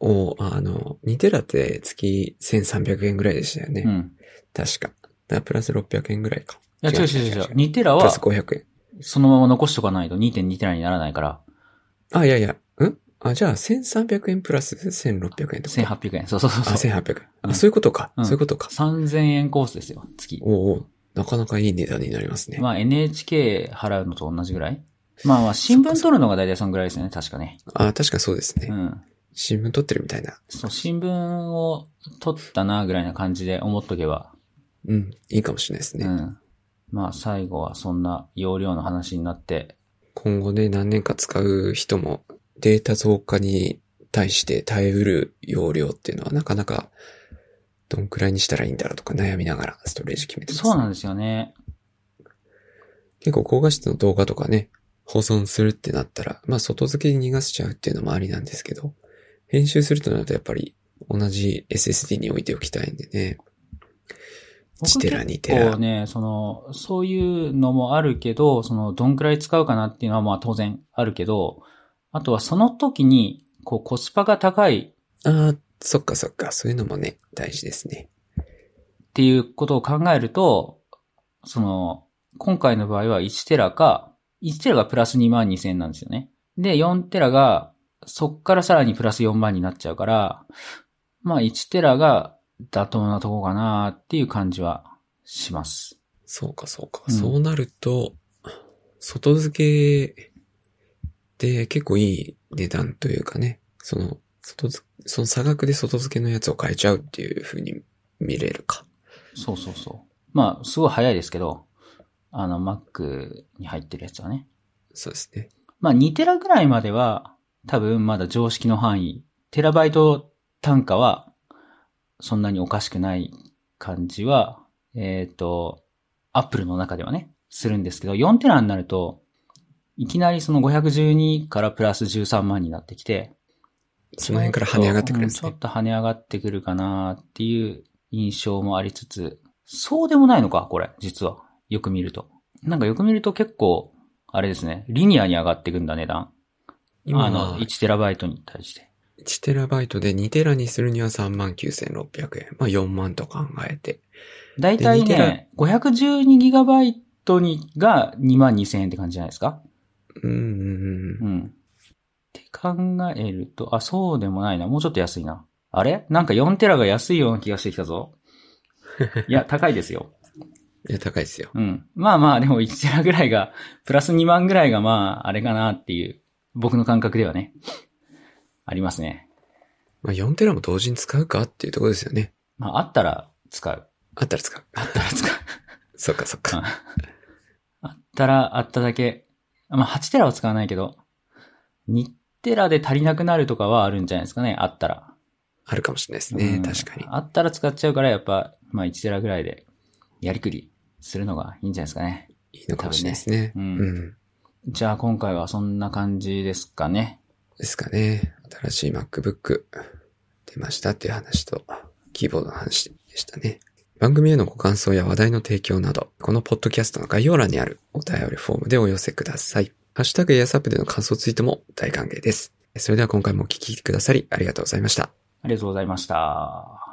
Speaker 1: を、あの、2テラって月1300円ぐらいでしたよね。
Speaker 2: うん。
Speaker 1: 確か。だからプラス600円ぐらいか。
Speaker 2: や、違う違う違う。2テラ
Speaker 1: プラ
Speaker 2: は
Speaker 1: ス、500円。
Speaker 2: そのまま残しとかないと2.2テラにならないから、
Speaker 1: あ、いやいや、んあ、じゃあ、1300円プラス1600円とか。
Speaker 2: 1800円。そうそうそう
Speaker 1: あ、
Speaker 2: そう。
Speaker 1: 1800円。
Speaker 2: うん
Speaker 1: あ、そういうことか。
Speaker 2: うん
Speaker 1: そういうことか。
Speaker 2: 3000円コースですよ、月。
Speaker 1: おうおうなかなかいい値段になりますね。
Speaker 2: まあ NHK 払うのと同じぐらいまあまあ新聞取るのが大体そのぐらいですよね、確かね。
Speaker 1: あ、確かそうですね。
Speaker 2: うん。
Speaker 1: 新聞撮ってるみたいな。
Speaker 2: そう、新聞を取ったな、ぐらいな感じで思っとけば。
Speaker 1: うん、いいかもしれないですね。
Speaker 2: うん。まあ最後はそんな容量の話になって、
Speaker 1: 今後ね、何年か使う人もデータ増加に対して耐えうる容量っていうのはなかなかどんくらいにしたらいいんだろうとか悩みながらストレージ決めてます。
Speaker 2: そうなんですよね。
Speaker 1: 結構高画質の動画とかね、保存するってなったら、まあ外付けに逃がしちゃうっていうのもありなんですけど、編集するとなるとやっぱり同じ SSD に置いておきたいんでね。1テラ、2テ
Speaker 2: 結構
Speaker 1: ラ。
Speaker 2: ね、その、そういうのもあるけど、その、どんくらい使うかなっていうのはまあ当然あるけど、あとはその時に、こうコスパが高い
Speaker 1: ああ、そっかそっか、そういうのもね、大事ですね。
Speaker 2: っていうことを考えると、その、今回の場合は1テラか、1テラがプラス2万2000円なんですよね。で、4テラが、そっからさらにプラス4万になっちゃうから、まあ1テラが妥当なとこかなっていう感じはします。
Speaker 1: そうか、そうか。
Speaker 2: うん
Speaker 1: そうなると、外付けで結構いい値段というかね、その、外付け、その差額で外付けのやつを変えちゃうっていう風に見れるか。
Speaker 2: そうそうそう。まあ、すごい早いですけど、あの、Mac に入ってるやつはね。
Speaker 1: そうですね。
Speaker 2: まあ2テラぐらいまでは、多分まだ常識の範囲、テラバイト単価は、そんなにおかしくない感じは、えっ、と、アップルの中ではね、するんですけど、4テラになると、いきなりその512からプラス13万になってきて、
Speaker 1: その辺から跳ね上がってくるんで
Speaker 2: ち
Speaker 1: す
Speaker 2: ょっ
Speaker 1: ね
Speaker 2: と。うんちょっと跳ね上がってくるかなっていう印象もありつつ、そうでもないのか、これ、実は。よく見ると。なんかよく見ると結構、あれですね、リニアに上がってくんだ値段。
Speaker 1: 今
Speaker 2: あの、1TB に対して。
Speaker 1: 1TB で 2TB にするには39,600円。まあ4万と考えて。
Speaker 2: だいたいね、512GB にが22,000円って感じじゃないですか
Speaker 1: うんうんう。
Speaker 2: うんん。って考えると、あ、そうでもないな。もうちょっと安いな。あれなんか4テラが安いような気がしてきたぞ。いや、高いですよ。
Speaker 1: いや、高いですよ。
Speaker 2: うん。まあまあ、でも1テラぐらいが、プラス2万ぐらいがまあ、あれかなっていう、僕の感覚ではね、ありますね。
Speaker 1: まあ 4TB も同時に使うかっていうところですよね。
Speaker 2: まあ、あったら使う。
Speaker 1: あったら使う。
Speaker 2: あったら使う。
Speaker 1: そっかそっ
Speaker 2: うん
Speaker 1: か。
Speaker 2: あったら、あっただけ。まあ、8テラは使わないけど、2テラで足りなくなるとかはあるんじゃないですかね、あったら。
Speaker 1: あるかもしれないです
Speaker 2: う
Speaker 1: ね
Speaker 2: ん。
Speaker 1: 確かに。
Speaker 2: あったら使っちゃうから、やっぱ、まあ、1テラぐらいで、やりくりするのがいいんじゃないですかね。
Speaker 1: いいのかもしれないですね。
Speaker 2: 多
Speaker 1: う
Speaker 2: 分
Speaker 1: ん
Speaker 2: ねうん。じゃあ、今回はそんな感じですかね。
Speaker 1: ですかね。新しい MacBook 出ましたっていう話と、キーボードの話でしたね。番組へのご感想や話題の提供など、このポッドキャストの概要欄にあるお便りフォームでお寄せください。ハッシュタグエアサップでの感想ツイートも大歓迎です。それでは今回もお聞きくださりありがとうございました。
Speaker 2: ありがとうございました。